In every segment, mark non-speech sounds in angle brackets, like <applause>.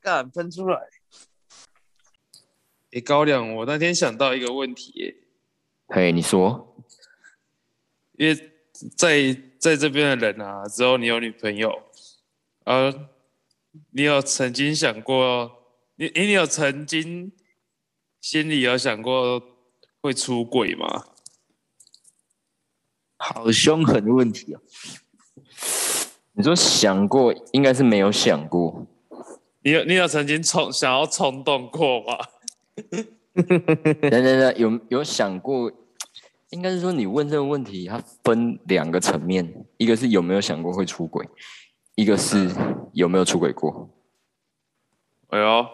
干喷出来。哎、高亮，我那天想到一个问题耶、嘿，你说，因为在在这边的人啊，只有你有女朋友，而你有曾经想过，你诶你有曾经心里有想过会出轨吗？好凶狠的问题啊！你说想过，应该是没有 <laughs> 想过。你有你有曾经冲想要冲动过吗？等等等，有有想过？应该是说你问这个问题，它分两个层面，一个是有没有想过会出轨，一个是有没有出轨过，哎呦，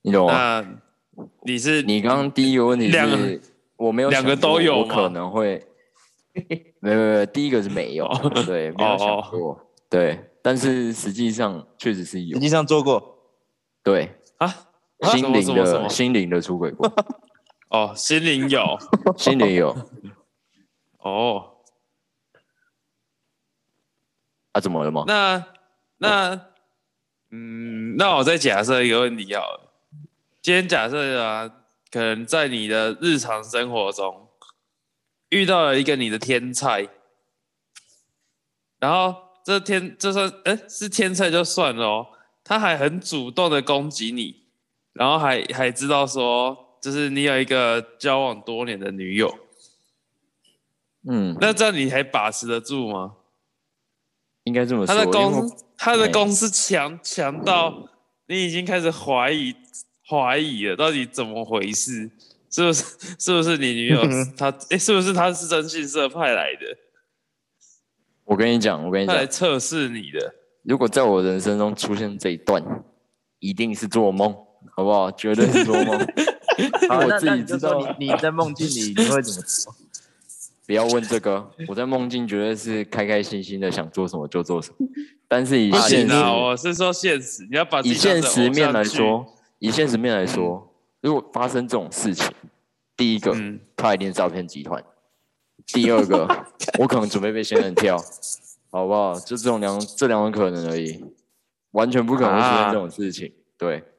你懂吗？那你是你刚刚第一个问题啊两个是，我没有两个想过都有我吗可 <laughs> 能会，没有没有没有，第一个是没有，对，没有想哦过，对，但是实际上确实是有实，际上做过，对，啊，啊心什灵么什么的什么心灵的出轨过，哦，心灵有心 <laughs> 灵有哦。啊？怎么了吗？那那嗯，那我再假设一个问题好了，今天假设啊，可能在你的日常生活中遇到了一个你的天菜，然后这天这算哎、是天菜就算了哦，他还很主动的攻击你，然后还还知道说，就是你有一个交往多年的女友，嗯，那这样你还把持得住吗？应该这么他的说，因为攻我哎他的嘿攻是强强到你已经开始怀疑怀疑了，到底怎么回事？是不是是不是你女友嗯她？哎、是不是她是征信社派来的？我跟你讲，我跟你她讲来，测试你的？如果在我人生中出现这一段，一定是做梦，好不好？绝对是做梦。 <laughs> 好我那自那己你就知说道，你你在梦境里你会怎么做？不要问这个。我在梦境绝对是开开心心的，想做什么就做什 <laughs> 么。但是以不行现实、啊！哦我是说现实，你要把自以己当现成实面偶像来剧，说，以现实面来说，如果发生这种事情，第一个，嗯他一定是诈骗集团；第二 <laughs> 个，我可能准备被仙人跳，好不好？就这种两这两种可能而已，完全不可能会啊出现这种事情。对。 <laughs>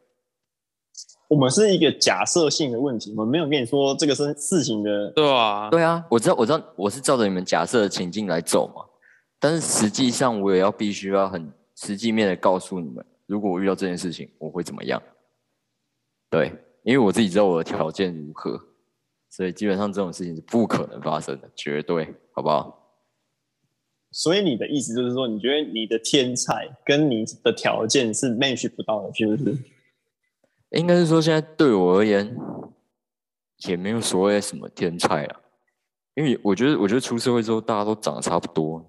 我们是一个假设性的问题，我们没有跟你说这个是事情的。对吧、对啊，我知道，我知道，我是照着你们假设的情境来走嘛。但是实际上，我也要必须要很实际面的告诉你们，如果我遇到这件事情，我会怎么样？对，因为我自己知道我的条件如何，所以基本上这种事情是不可能发生的，绝对，好不好？所以你的意思就是说，你觉得你的天才跟你的条件是 match 不到的，是不是？应该是说，现在对我而言，也没有所谓什么天才啊，因为我觉得，我觉得出社会之后，大家都长得差不多。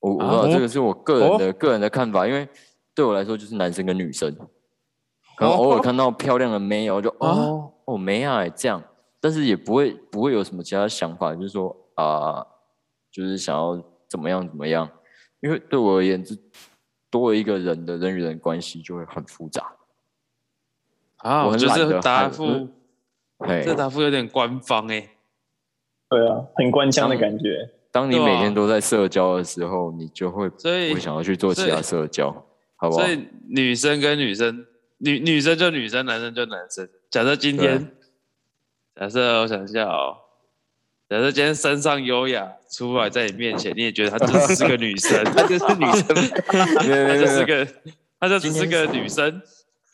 我我不知啊道哦这个是我个人的、哦个人的看法，因为对我来说就是男生跟女生，可能偶尔看到漂亮的妹啊，我就哦啊哦哦妹啊、欸、这样，但是也不会不会有什么其他想法，就是说啊、就是想要怎么样怎么样，因为对我而言，这多了一个人的人与人关系就会很复杂。啊，我我很觉懒得这得答喊嗯复，嘿，这答复有点官方哎、对啊，很官腔的感觉。当你对啊每天都在社交的时候，你就会不所以会想要去做其所他以社交，好不好所？以女生跟女生，女女生就女生，男生就男生。假设今天，假设我想一下哦，假设今天身上优雅出来在你面前，你也觉得她就是个女 <laughs> 生，她就是女生，没有她就没有没有是，个，她就只是个女生。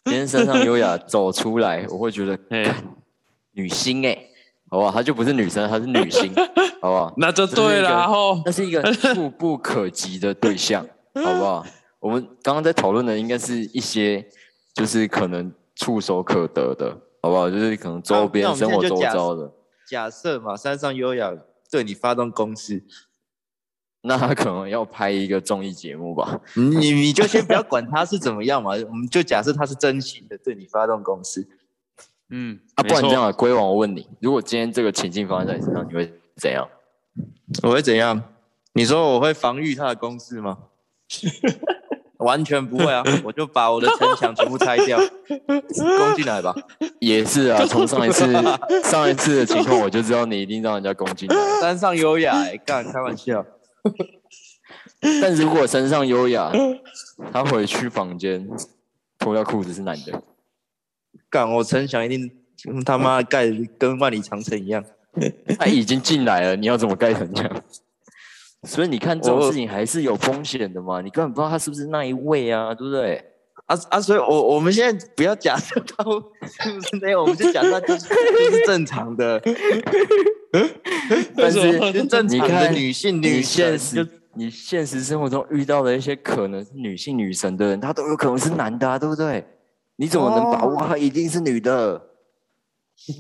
今天身上优雅走出来，我会觉得哎，女星哎、好不好？她就不是女生，她是女星，好 <laughs> 不好？那就对了。然后那是一个触不可及的对象，好不好？我们刚刚在讨论的应该是一些，就是可能触手可得的，好不好？就是可能啊周那边我们生现在活就周假遭的，假设嘛，山上优雅对你发动攻势，那他可能要拍一个综艺节目吧？你你就先不要管他是怎么样嘛，我们就假设他是真心的对你发动攻势，嗯，啊，不然没错这样，啊，龟王，我问你，如果今天这个情境发生在你身上，你会怎样？我会怎样？你说我会防御他的攻势 <laughs> 吗？完全不会啊！我就把我的城墙全部拆掉，攻进来吧。也是啊，从上一 <laughs> 次上一次的情况，我就知道你一定让人家攻击你。山上优雅、 <laughs> 欸，干开玩笑，但如果身上优雅，他回去房间，脱掉裤子是男的，干我陈翔一定 <laughs> 嗯他妈盖得跟万里长城一样。他已经进来了，你要怎么盖成这样？所以你看这种事情还是有风险的嘛，你根本不知道他是不是那一位啊，对不对？啊啊！所以我我们现在不要假设他是不是那样，我们就假设他就是就是正常 <laughs> 的，为但什是么是正你常的看女性你女现现实实你现实生活中遇到的一些可能是女性女神的人，他都有可能是男的啊，对不对？你怎么能把握哦他一定是女的？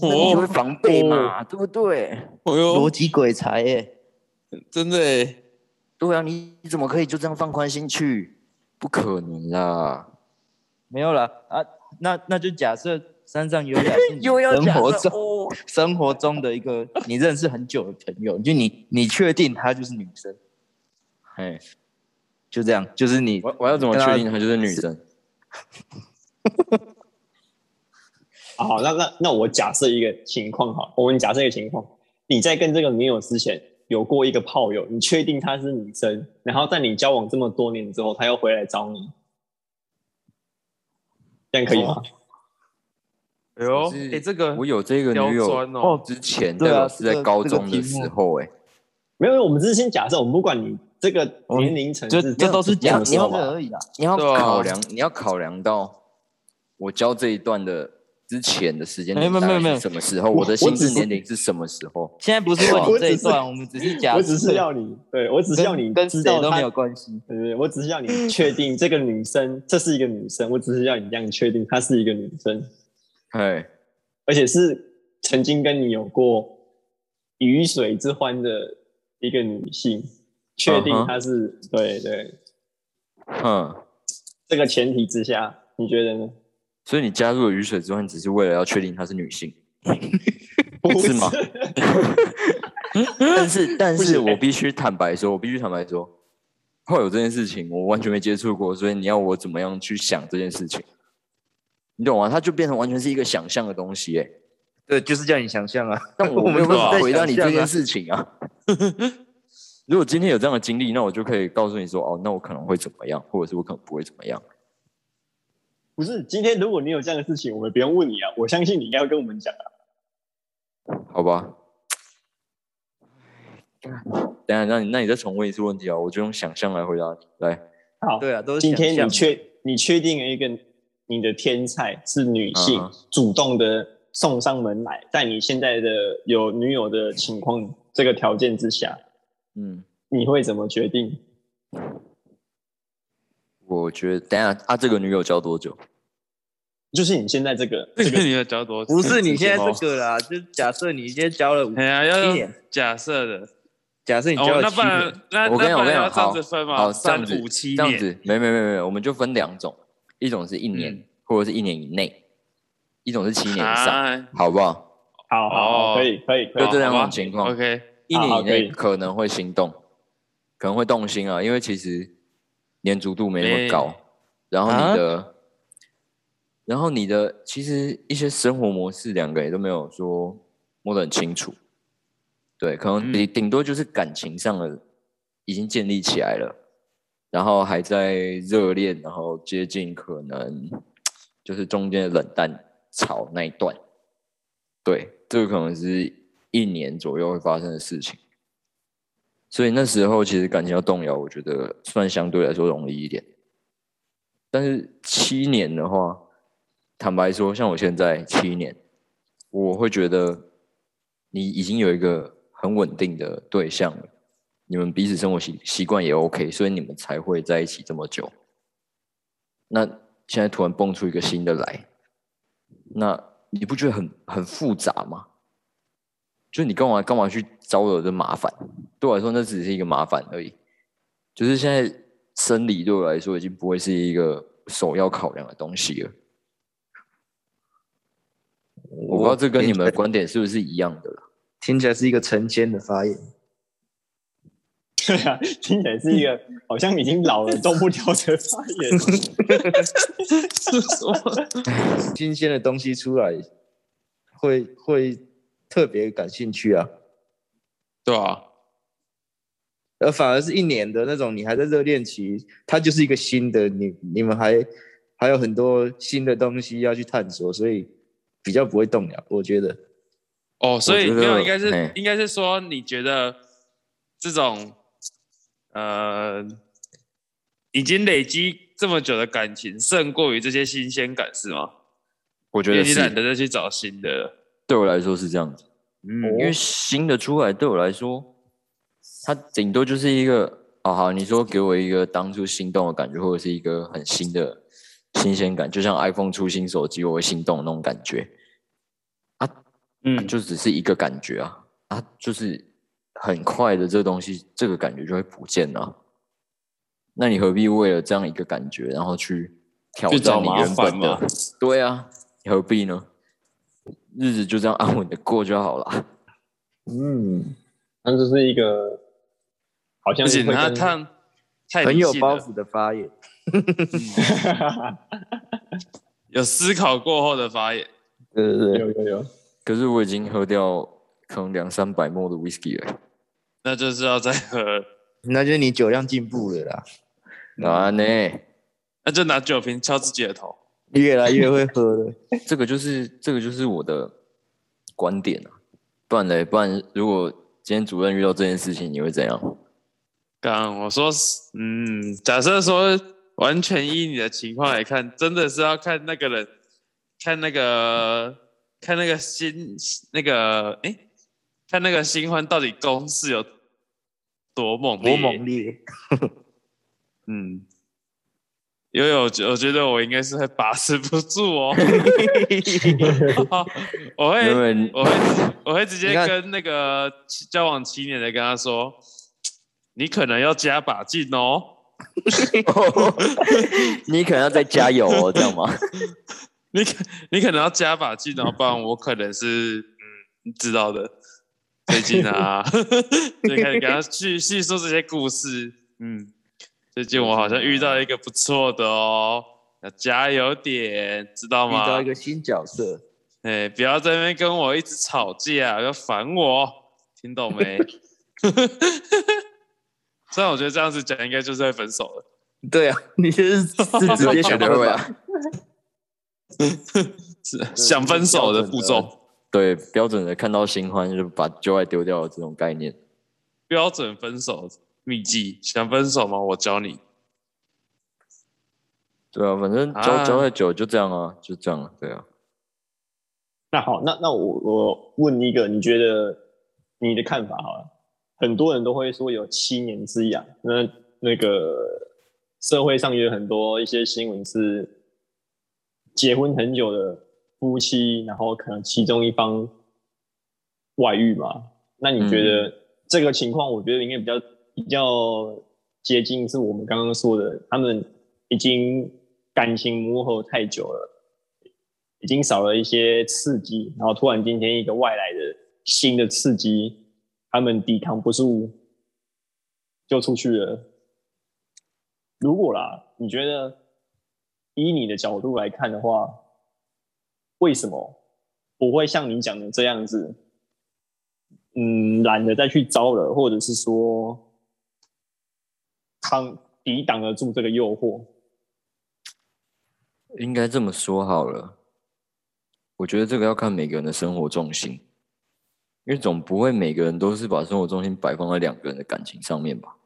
那你就会哦，防备嘛，对不对？哎呦逻，辑鬼才欸耶、真的耶，对啊，你你怎么可以就这样放宽心去？不可能啦！没有了啊！那那就假设山上优 <laughs> 雅是你又要生讲活这中哦，生活中的一个你认识很久的朋友，就你你确定她就是女生，哎，就这样，就是你我我要怎么确定她啊就是女生？啊好，那那那我假设一个情况哈，我们假设一个情况，你在跟这个女友之前有过一个炮友，你确定她是女生，然后在你交往这么多年之后，她又回来找你，这样可以哦吗？哎呦，可是哎，这个我有这个女刁友钻哦，之前，呃对啊但我是这在个高这个中的题目时候，哎，没有，没有我们只是先假设，我们不管你这个年龄层就次，这都是这样假知道设吧？而已啦。你要对啊考量，你要考量到我教这一段的之前的时间没有点大没有概没有是什么时候，我我的我心只智是年龄是什么时候？现在不是问我你这一只是段，我们只是假设，我只是要你，对我只是要你跟知谁道都没她有关系。呃，我只是要你确定这个女生，这是一个女生，我只是要你这样确定她是一个女生，哎，而且是曾经跟你有过鱼水之欢的一个女性，确定嗯哼她是、对对，哼，这个前提之下，你觉得呢？所以你加入了雨水之后，你只是为了要确定她是女性，是吗？但是，但不是行我必须坦白说，我必须坦白说，会有这件事情，我完全没接触过，所以你要我怎么样去想这件事情？你懂吗？它就变成完全是一个想象的东西、欸，对，就是叫你想象啊。但 <laughs> 我我没们有都办是法在回答你想这象件啊事情 <laughs> 啊。如果今天有这样的经历，那我就可以告诉你说，哦，那我可能会怎么样，或者是我可能不会怎么样。 <laughs> 不是，今天如果你有这样的事情，我们不用问你啊，我相信你应该会跟我们讲啊。好吧。等一下，那你那你再重问一次问题啊！我就用想象来回答你。来，好，对啊，都是今想天你象确你确定了一个你的天菜是女性，嗯哼主动的送上门来，在你现在的有女友的情况这个条件之下，嗯，你会怎么决定？我觉得等一下啊，这个女友交多久？就是你现在这个这 <laughs> 个你要教多少？不是你现在 <laughs> 这个啦，就假设你今天交了五，哎呀，要七用年假设的。假设你交哦，了那七不年，然那我跟那你讲不我跟然你讲要这样好子分嘛，好，这三样子五七这样年子，没没没没，我们就分两种，一种是一年、嗯或者是一年以内，一种是七年以上，啊，好不好？好好哦好，可以可以可就以好，这两好吧种情况 <laughs> OK，一年以好可内以可能会心动，可能会动心啊，因为其实粘着度没那么高没，然后你的，然后你的其实一些生活模式，两个也都没有说摸得很清楚，对，可能嗯顶顶多就是感情上的已经建立起来了，然后还在热恋，然后接近可能就是中间的冷淡潮那一段，对，这个可能是一年左右会发生的事情。所以那时候其实感情要动摇，我觉得算相对来说容易一点。但是七年的话，坦白说，像我现在七年，我会觉得你已经有一个很稳定的对象了，你们彼此生活习习惯也 OK，所以你们才会在一起这么久。那现在突然蹦出一个新的来，那你不觉得很很复杂吗？就你干嘛干嘛去招惹这麻烦？对我来说，那只是一个麻烦而已。就是现在生理对我来说已经不会是一个首要考量的东西了。我不知道这跟你们的观点是不是一样的啦。听起来是一个成仙的发言。对啊，听起来是一个好像已经老了动不掉的发言。新鲜的东西出来，会会特别感兴趣啊。对啊，而反而是一年的那种，你还在热恋期，她就是一个新的，你你们还还有很多新的东西要去探索，所以比较不会动摇。我觉得哦，所以觉得没有，应该嘿是应该是说，你觉得这种呃已经累积这么久的感情，胜过于这些新鲜感是吗？我觉因为得你懒是得再去找新的了。对我来说是这样子， <laughs> 嗯，哦因为新的出来对我来说，它顶多就是一个啊好，你说给我一个当初心动的感觉，或者是一个很新的新鲜感，就像 iPhone 出新手机我会心动的那种感觉，嗯，就只是一个感觉啊啊，就是很快的这东西，这个感觉就会不见了啊。那你何必为了这样一个感觉，然后去挑去找战你麻原烦本嘛的？。对啊，你何必呢？日子就这样安稳的过就好了。嗯，那这是一个好像不是行，会他跟他太很理有性包了嗯袱的发言。 <laughs> 有思考过后的发言。对对对，有有 <laughs> 有，可是我已经喝掉可能两三百沫的 whisky 了，那就是要再喝，那就是你酒量进步了啦，啊呢，那就拿酒瓶敲自己的头。越来越会喝 <laughs> 了。这个就是这个就是我的观点啊。不然嘞，不然如果今天主任遇到这件事情，你会怎样？刚我说是，嗯，假设说完全依你的情况来看，真的是要看那个人，看那个，看那个新那个，哎、看那个新欢到底攻势有多猛烈。多猛烈！嗯，因为我觉我觉得我应该是会把持不住哦，我会因为我会我会直接你看跟那个七交往七年的跟他说，你可能要加把劲哦， <laughs> 你可能要再加油哦，这样吗？你可你可能要加把劲哦，不然我可能是嗯知道的，最近啊， <laughs> 就开始跟他叙叙述这些故事，嗯，最近我好像遇到一个不错的哦。要加油点，知道遇吗？到一个新角色，哎、不要在那边跟我一直吵架，要烦我，听懂没？ <laughs> 虽然我觉得这样子讲应该就是会分手了，对啊，你就是是 <laughs> 直接想办会法。啊，是想分手的步骤，对，标准的看到新欢就把旧爱丢掉的这种概念，标准分手秘籍。想分手吗？我教你。对啊，反正交啊交太久就这样啊，就这样啊，对啊，那好，那那我我问一个，你觉得你的看法好了？很多人都会说有七年之痒，那那个社会上也有很多一些新闻是结婚很久的夫妻，然后可能其中一方外遇嘛。那你觉得这个情况，我觉得应该比较比较接近是我们刚刚说的，他们已经感情磨合太久了，已经少了一些刺激，然后突然今天一个外来的新的刺激，他们抵抗不住，就出去了。如果啦，你觉得以你的角度来看的话，为什么不会像你讲的这样子？嗯，懒得再去招了，或者是说抗抵挡得住这个诱惑。应该这么说好了。我觉得这个要看每个人的生活重心，因为总不会每个人都是把生活重心摆放在两个人的感情上面吧。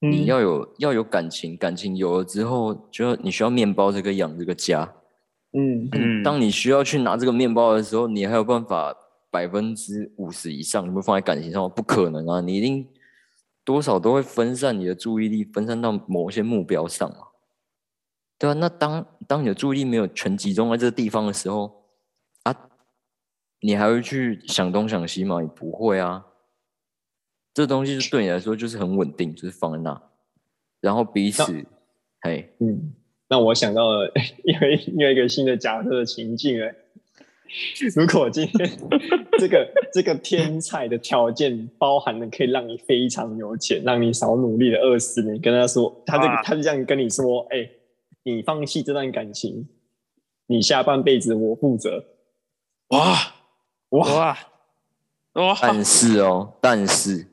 你要有要有感情，感情有了之后，就要你需要面包这个养这个家。嗯嗯，当你需要去拿这个面包的时候，你还有办法百分之五十以上，你会放在感情上吗？不可能啊！你一定多少都会分散你的注意力，分散到某些目标上嘛。对啊，那当当你的注意力没有全集中在这个地方的时候，啊，你还会去想东想西吗？你不会啊。这东西就对你来说就是很稳定，就是放在那，然后彼此，嘿，嗯，那我想到了，因为因为一个新的假设的情境哎，如果今天这个这个天才的条件包含了可以让你非常有钱，让你少努力的二十年，跟他说，他这个、啊他就这样跟你说，哎、你放弃这段感情，你下半辈子我负责。哇哇，哇哇，但是哦，但是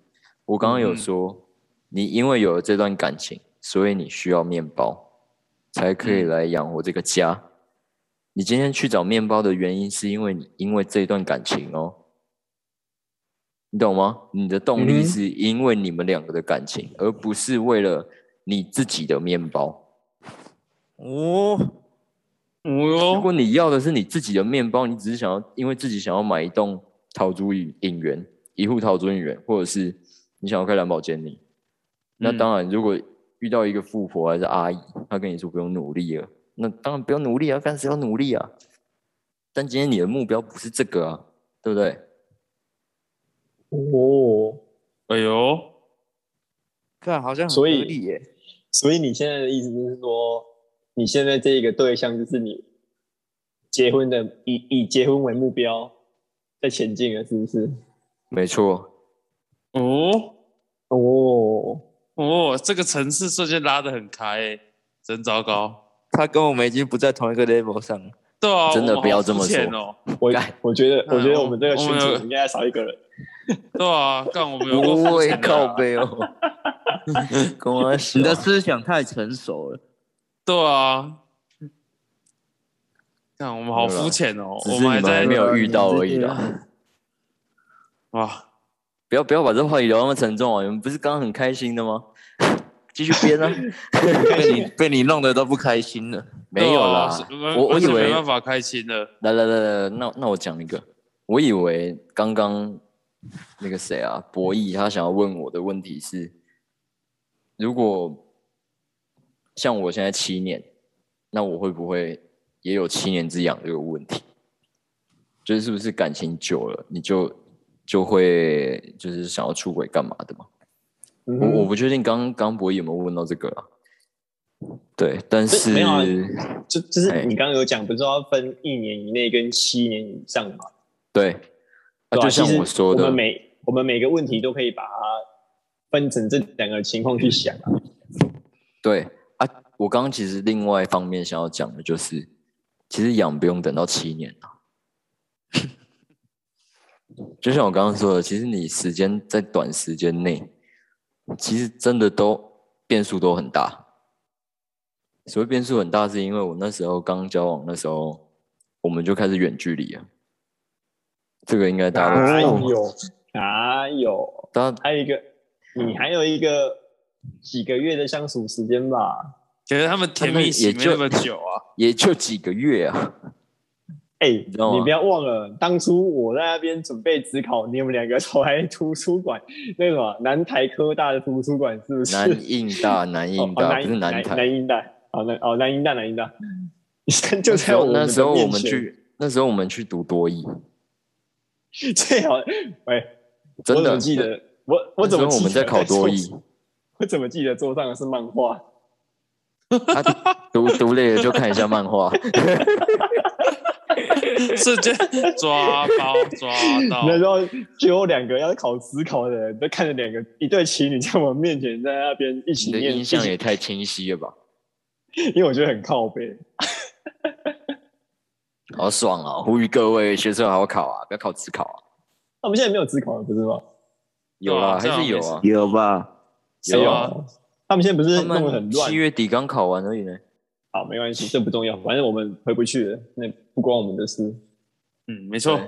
我刚刚有嗯说，你因为有了这段感情，所以你需要面包，才可以来养活这个家。你今天去找面包的原因，是因为你因为这一段感情哦，你懂吗？你的动嗯力哼是因为你们两个的感情，而不是为了你自己的面包。哦，如哦，果你要的是你自己的面包，你只是想要因为自己想要买一栋桃竹影影园，一户桃竹影园，或者是你想要开兰宝坚尼，那嗯当然，如果遇到一个富婆还是阿姨，她跟你说不用努力了，那当然不要努力啊，干谁要努力啊？但今天你的目标不是这个啊，对不对？哦，哎呦， <laughs> 看好像很合所以理耶。所以你现在的意思就是说，你现在这一个对象就是你结婚的以以结婚为目标在前进了，是不是？没错，哦哦，哦，这个层次瞬间拉得很开、欸，真糟糕。他跟我们已经不在同一个 level 上了。对啊，真的我们好不要这么肤浅哦。我干我觉得嗯我觉得我们这个我群们有组应该少一个人。对啊，干我们有够不肤会浅的啊靠背哦，跟我你的思想太成熟了。对啊，看我们好肤浅哦，只我是你还们在还没有遇到而已啦。哇，不要不要把这话题聊那么沉重啊！你们不是刚刚很开心的吗？ <laughs> 继续编 <laughs> 啊！ <laughs> 被你被你弄得都不开心了。没有啦对啊，是我我完以全为没办法开心了。来来来来，那那我讲一个，我以为刚刚那个谁啊，博弈他想要问我的问题是，如果像我现在七年，那我会不会也有七年之痒这个问题？就是是不是感情久了，你就就会就是想要出轨干嘛的嘛？嗯我我哼，不确定刚刚博弈有没有问到这个啊。对，但是没有啊就就是哎你刚刚有讲，不是说要分一年以内跟七年以上嘛？对，啊对吧就像其实我说的，我们每我们每个问题都可以把它分成这两个情况去想啊。对啊，我刚刚其实另外一方面想要讲的就是，其实养不用等到七年啊。 <laughs> 就像我刚刚说的，其实你时间在短时间内，其实真的都变数都很大。所谓变数很大，是因为我那时候刚交往，那时候我们就开始远距离了。这个应该大家哪都知道，有哪有？大家还有一个，嗯你还有一个几个月的相处时间吧？可是他们甜蜜期没那么久啊，也就几个月啊。哎、知道吗你不要忘了，当初我在那边准备职考，你们两个都来图书馆，那个什么南台科大的图书馆是不是？南印大，南哦印哦大，南不是南南台。南英大，哦南哦南英大南英大， <laughs> 就那时在候我那们时候的我面们前，去，那时候我们去读多艺， <laughs> 最好喂，真我怎的么记得我我怎么那时候我记得们在考多桌艺， <laughs> 我怎么记得桌上的是漫画？他读读累了就看一下漫 <laughs> 画，瞬间抓包抓 <laughs> 到，那时候只有两个要考职考的人，都看着两个一对情侣在我面前在那边一起你的念，印象也一太清晰了吧，起 <laughs> 因为我觉得很靠背。好爽啊！呼吁各位学测好好考啊，不要考只考啊，他们现在没有职考了，不是吗？有啦，对啊还是有这啊，有吧？有啊谁有，他们现在不是他弄得很们乱七？月底刚考完而已呢。好，没关系，这不重要，反正我们回不去了，那不关我们的事。嗯，没错对，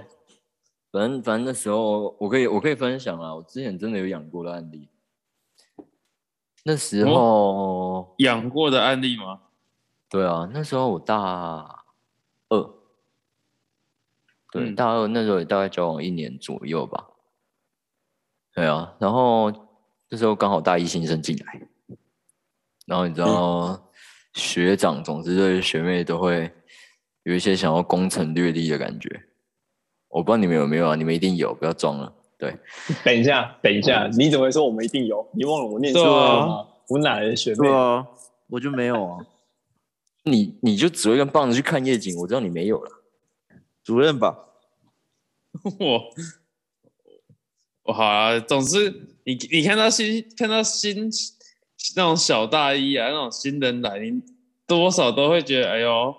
反正反正那时候我可以我可以分享啊，我之前真的有养过的案例，那时哦候。养过的案例吗？对啊，那时候我大二，对，嗯大二那时候也大概交往一年左右吧。对啊，然后那时候刚好大一新生进来，然后你知道，学长总是对学妹都会有一些想要攻城略地的感觉。我不知道你们有没有啊？你们一定有，不要装了。对，等一下，等一下，你怎么会说我们一定有？你忘了我念书对哦啊了吗？我哪来的学妹对？啊，我就没有啊。你你就只会跟棒子去看夜景，我知道你没有了。主任吧， <laughs> 我我好啊，总之你你看到新看到新那种小大一啊，那种新人来，你多少都会觉得，哎呦，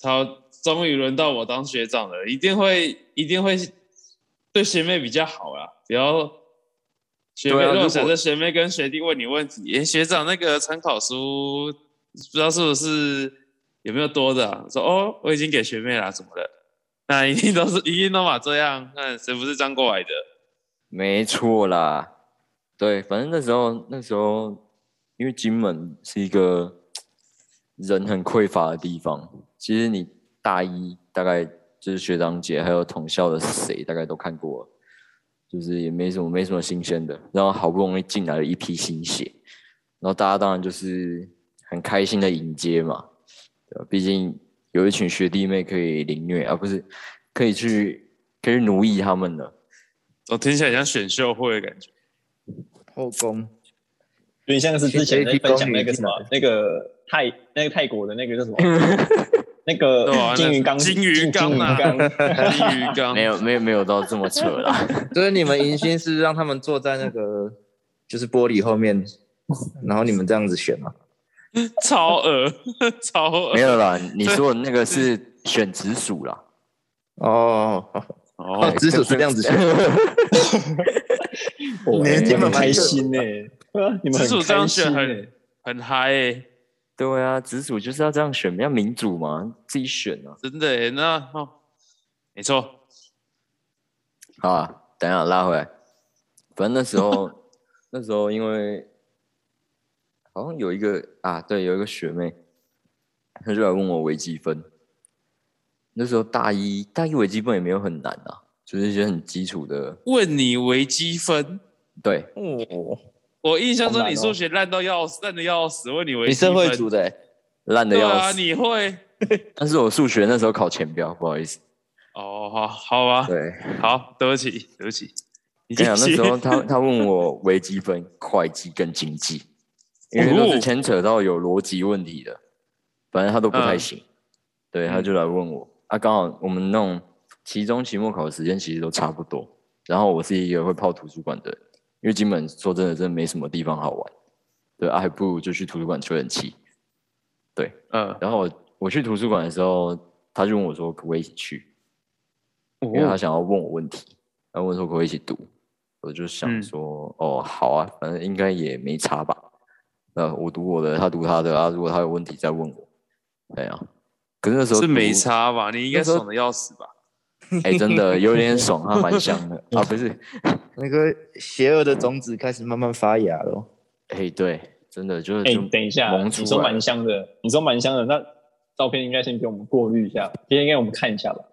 他终于轮到我当学长了，一定会一定会对学妹比较好啦，不要。学妹对啊如如果果想着学妹跟学弟问你问题，诶学长那个参考书不知道是不是有没有多的、啊，说哦我已经给学妹了什么的，那一定都是 <laughs> 一定都嘛这样，那谁不是这样过来的？没错啦，对，反正那时候那时候，因为金门是一个人很匮乏的地方，其实你大一大概就是学长姐还有同校的谁大概都看过了，就是也没什么没什么新鲜的，然后好不容易进来了一批新血，然后大家当然就是很开心的迎接嘛，对吧？毕竟有一群学弟妹可以凌虐，而、不是可以去可以奴役他们的。我哦听起来像选秀会的感觉。后宫有点像是之前在分享那个什么去，那个泰那个泰国的那个叫什 <laughs> 么，那个对啊那金鱼缸，金鱼缸啊金鱼缸金鱼缸 <laughs> 啊没有没有没有到这么扯 <laughs> 啦。就是你们迎新是让他们坐在那个就是玻璃后面，然后你们这样子选嘛？ <laughs> 超恶，超恶，没有啦，你说的那个是选直属啦，哎哦，哦，直属是这样子选，年纪慢哇哎你们很慢开就心呢，对啊你们直属很这样开选心很哎欸，很嗨、欸， <laughs> 对啊，直属就是要这样选，要民主嘛，自己选啊。真的、欸。那哦，没错，好啊，等一下拉回来。反正那时 <laughs> 候那时候因为好像有一个啊，对，有一个学妹，她就来问我微积分。那时候大一大一微积分也没有很难啊，就是一些很基础的，问你微积分，对，哦，我印象中你好难哦数学烂到要死，烂的要死，问你微你积分，社会组的欸，烂的对要啊，死。你会但是我数学那时候考前标，不好意思。哦，好，好 <laughs> 吧，对，好，对不起，对不起，你跟你继讲，那续时候他他问我微积分、 <laughs> 会计跟经济，因为都是牵扯到有逻辑问题的，反正他都不太行。对，他就来问我、啊，刚好我们那种期中、期末考的时间其实都差不多。然后我是一个会泡图书馆的人，因为金门说真的，真的没什么地方好玩。对啊，还不如就去图书馆吹冷气。嗯，然后我我去图书馆的时候，他就问我说可不可以一起去，因为他哦，想要问我问题，然后问说可不可以一起读，我就想嗯说、哦好啊，反正应该也没差吧。那我读我的，他读他的啊，如果他有问题再问我，对啊。可是那时候是读没，差吧？你应该爽的要死吧？ <laughs> 哎、真的有点爽，他蛮香的啊，不是，那个邪恶的种子开始慢慢发芽了。哎、对，真的就是哎就，等一下，萌你出说来了蛮香的，你说蛮香的，那照片应该先给我们过滤一下，今天应该我们看一下吧。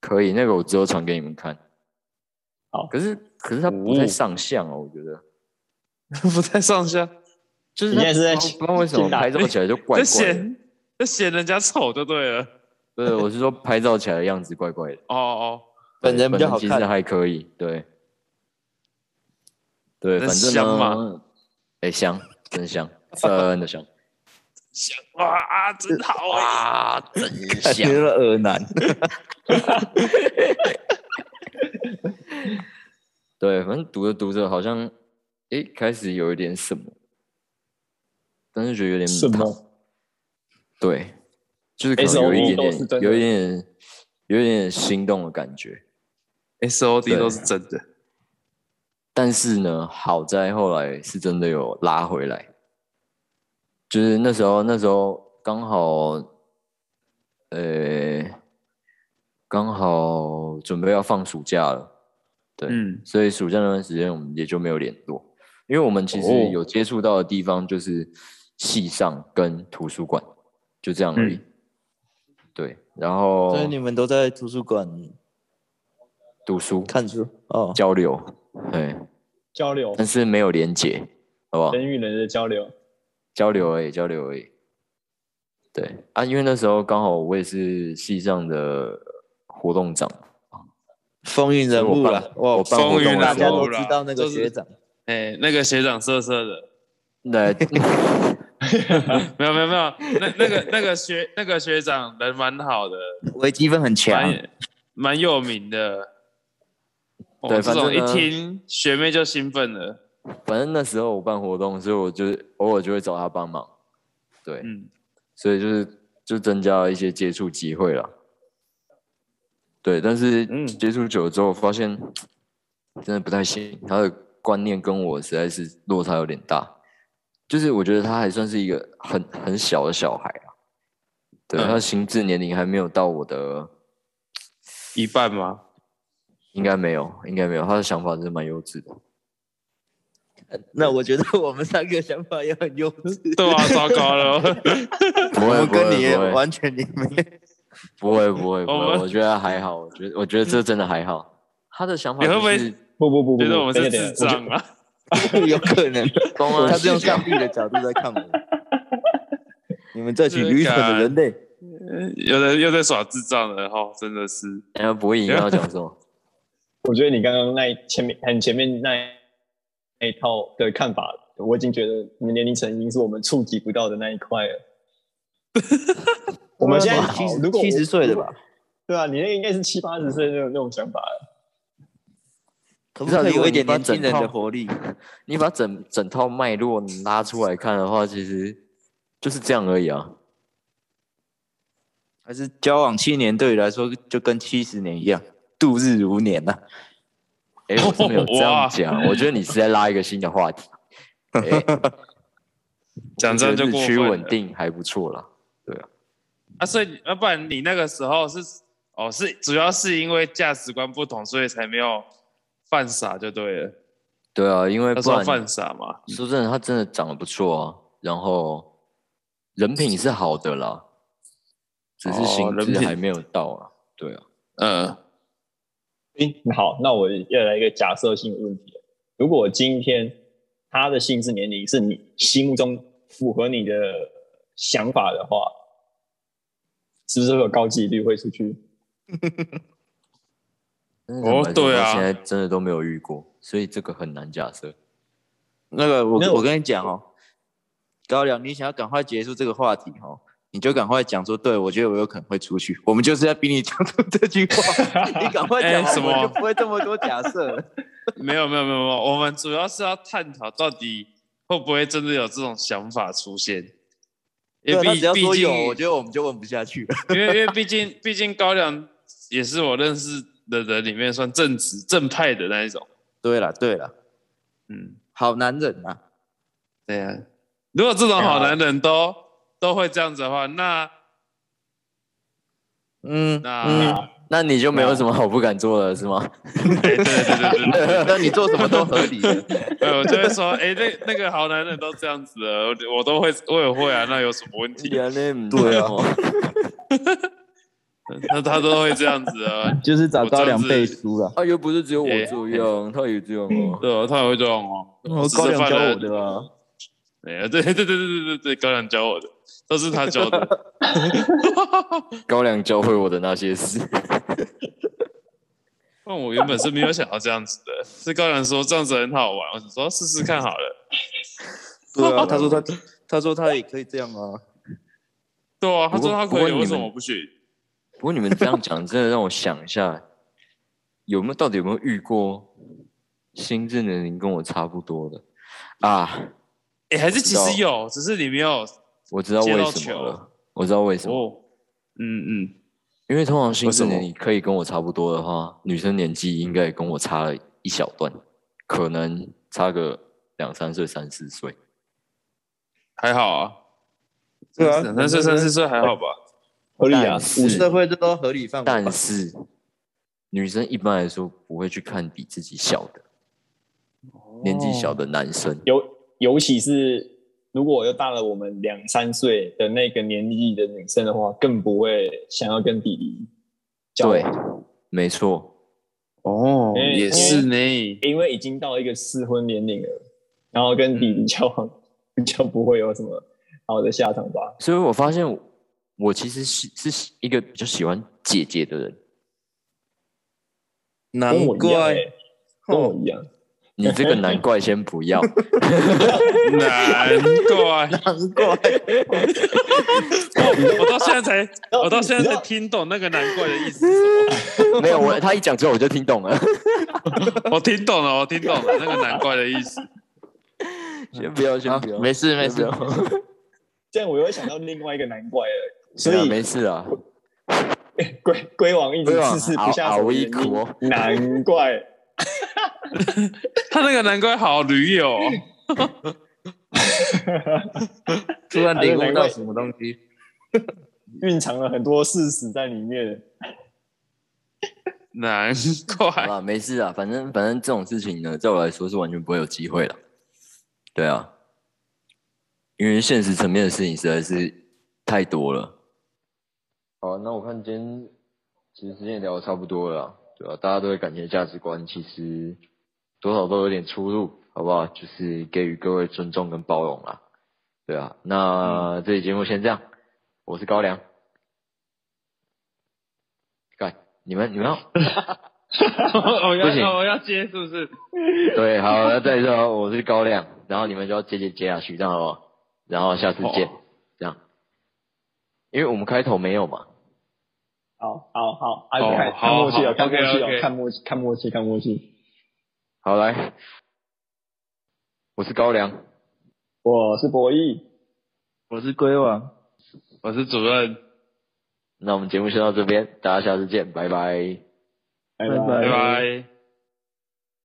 可以，那个我之后传给你们看。好可是可是他不太上相哦，我觉得，不太上下，就是你他现在是在不知道不知道为什么去打拍照起来就怪这怪的，嫌这嫌人家丑就对了。对，我是说拍照起来的样子怪怪的。哦哦，本人比较好其实看，还可以，对，对，那反正香呢吗，哎、香，真香，真的香想哇啊，真好啊！啊，真 <laughs> 感觉香。了哎耳男。对，反正读着读着好像，哎、开始有一点什么，但是觉得有点什怕么？对，就是可 SOE 能有一点都是点，真的有一点，有一点心动的感觉。 S O D 对都是真的。但是呢，好在后来是真的有拉回来，就是那时候那时候刚好，呃，刚好准备要放暑假了，对，嗯，所以暑假那段时间我们也就没有联络，因为我们其哦实有接触到的地方就是系上跟图书馆，就这样而已。嗯对，然后所以你们都在图书馆读书看书哦。交流，对，交流，但是没有连结，好不好？人与人的交流，交流而已，交流而已。对啊，因为那时候刚好我也是系上的活动长，风云人物了是，哇我办活风云动大的时家都候，知道那个 <laughs> 学长，哎，那个学长色色的， <laughs> 那没有没有没有，那那个那个学那个学长人蛮好的，微积分很啊强，蛮蛮有名的。哦对这反正种一呢听学妹就兴奋了。反正那时候我办活动，所以我就偶尔就会找他帮忙。对，嗯，所以就是就增加了一些接触机会了。对，但是嗯接触久了之后，发现真的不太行，他的观念跟我实在是落差有点大。就是我觉得他还算是一个很很小的小孩啊，对，嗯他的心智年龄还没有到我的，一半吗？应该没有，应该没有，他的想法真的蛮幼稚的。那我觉得我们三个想法也很幼 <laughs> 稚，对啊，糟糕 <laughs> 了，不我会，们不会跟你也不会完全也没不会不会不我会，们我觉得还好，我觉得我觉得这真的还好。他的想法你会就不会是不不不不，觉得我们是等等智等等我觉障啊！ <laughs> 有可能，东啊他是用西啊上帝的角度在看我们。 <laughs> 你们这群愚蠢的人类，有人又在耍智障了，哈，真的是。哎呀，博弈你啊要讲什么？我觉得你刚刚那一前面很前面那一那一套的看法，我已经觉得你们年龄层已经是我们触及不到的那一块 <laughs> 了。我们现在七好如十果我七十岁了吧？？对啊，你那个应该是七八十岁那种那种想法了。可不可以有一点把年轻人的整套活力？你把整整套脉络拉出来看的话，其实就是这样而已啊。还是交往七年对你来说就跟七十年一样，度日如年啊呐、哎、我是没有这样哇讲，我觉得你是在拉一个新的话题。哎讲这样就我觉过得分日趋了稳定还不错啦。啊，所以要不然你那个时候是哦，是主要是因为价值观不同，所以才没有犯傻就对了。对啊，因为他不说然犯傻嘛，说真的，他真的长得不错啊，然后人品是好的啦，只是哦心人智品还没有到啊。对啊，嗯，诶，好，那我要来一个假设性的问题了：如果今天他的心智年龄是你心目中符合你的想法的话，是不是会有高几率会出去？真的哦坦白说对啊到现在真的都没有遇过，所以这个很难假设。那个我没有我跟你讲哦，高粱，你想要赶快结束这个话题哦，你就赶快讲说，对我觉得我有可能会出去。我们就是要逼你讲出这句话，你赶快讲哎完，什么我们就不会这么多假设了。没有没有没有没有，我们主要是要探讨到底会不会真的有这种想法出现。对因啊，为他毕只要毕说竟有，，我觉得我们就问不下去了。因为因为毕竟毕竟高粱也是我认识的人里面算正直正派的那一种。对了对了，嗯，好男人啊，对呀、如果这种好男人都都会这样子的话，那 <laughs> 嗯那嗯，那你就没有什么好不敢做的是吗？哎对对对对对。那你做什么都合理 <laughs> 的。对，我就会说，哎、那那个好男人都这样子了，我我都会，我也会啊，那有什么问题？ <laughs> 对啊，那他都会这样子啊，就是找高粱我这样背子书了。啊又不是只有我也这样，他也这样哦。对哦，他也会这样哦。我只是高粱犯教了我的啊，对哎对对对对对对对，高粱教我的，都是他教的。高粱教会我的那些 <laughs> 事，但我原本是没有想要这样子的，是高粱说这样子很好玩，我想说试试看好了。对啊，他说他他说他也可以这样啊。对啊，他不说过他不可过以，你为什们么我不许？不过你们这样讲，真的让我想一下，有没有到底有没有遇过心智年龄跟我差不多的啊？哎、还是其我实知道有，只是你没有我知道接为到什么球了，我知道为什么，哦。嗯嗯，因为通常心为什智么年龄可以跟我差不多的话，女生年纪应该也跟我差了一小段，可能差个两三岁、三四岁。还好啊。对啊三岁三四岁还好吧？合理啊，但是五十社会这都合理范围吧。但是女生一般来说不会去看比自己小的、年纪哦小的男生。尤尤其是如果又大了我们两三岁的那个年纪的女生的话，更不会想要跟弟弟交对往，，没错，哦因为也是呢。因为已经到一个适婚年龄了，然后跟弟弟交往比较不会有什么好的下场吧。所以我发现我我其实是是喜一个比较喜欢姐姐的人。难跟我一样、怪哦欸，跟我一样，<laughs> 你这个难怪先不要，难怪难 <laughs> 怪，哦我我到现在才，我哦到现在才你知道听懂那个难怪的意思是什么。没有我他一讲之后我就听懂了， <laughs> 我听懂了，我听懂了那个难怪的意思。先不要，先好不要，啊没事没事 <laughs> 先不要这样我又会想到另外一个难怪了。所对啊以没事啊，龟龟王一直龟王迟迟嗷不下手嗷的一原因哭哦难怪。他那个难怪好驴哦，突然 <laughs> 领悟到什么东西。蕴藏了很多事实在里面。难好怪啦，没事啊，反正反正这种事情呢，在我来说是完全不会有机会的。对啊，因为现实层面的事情实在是太多了。好、啊那我看今天其实时间也聊的差不多了啦，对吧、大家对感情的价值观其实多少都有点出入，好不好？就是给予各位尊重跟包容啦，对啊。那这期节目先这样，我是高粱。干，你们你们要。 <laughs> 我不行要我要接是不是？对，好，那再说我是高亮，然后你们就要接接接下去，这样好不好？然后下次见，哦这样，因为我们开头没有嘛，好好好，啊，哦看好看默契了，好看默契哦 OK，OK 了，看默契，看默契，看默契。好来，我是高粱，我是博弈，我是龟王，我是主任，那我们节目先到这边，大家下次见，拜拜。拜拜拜拜拜。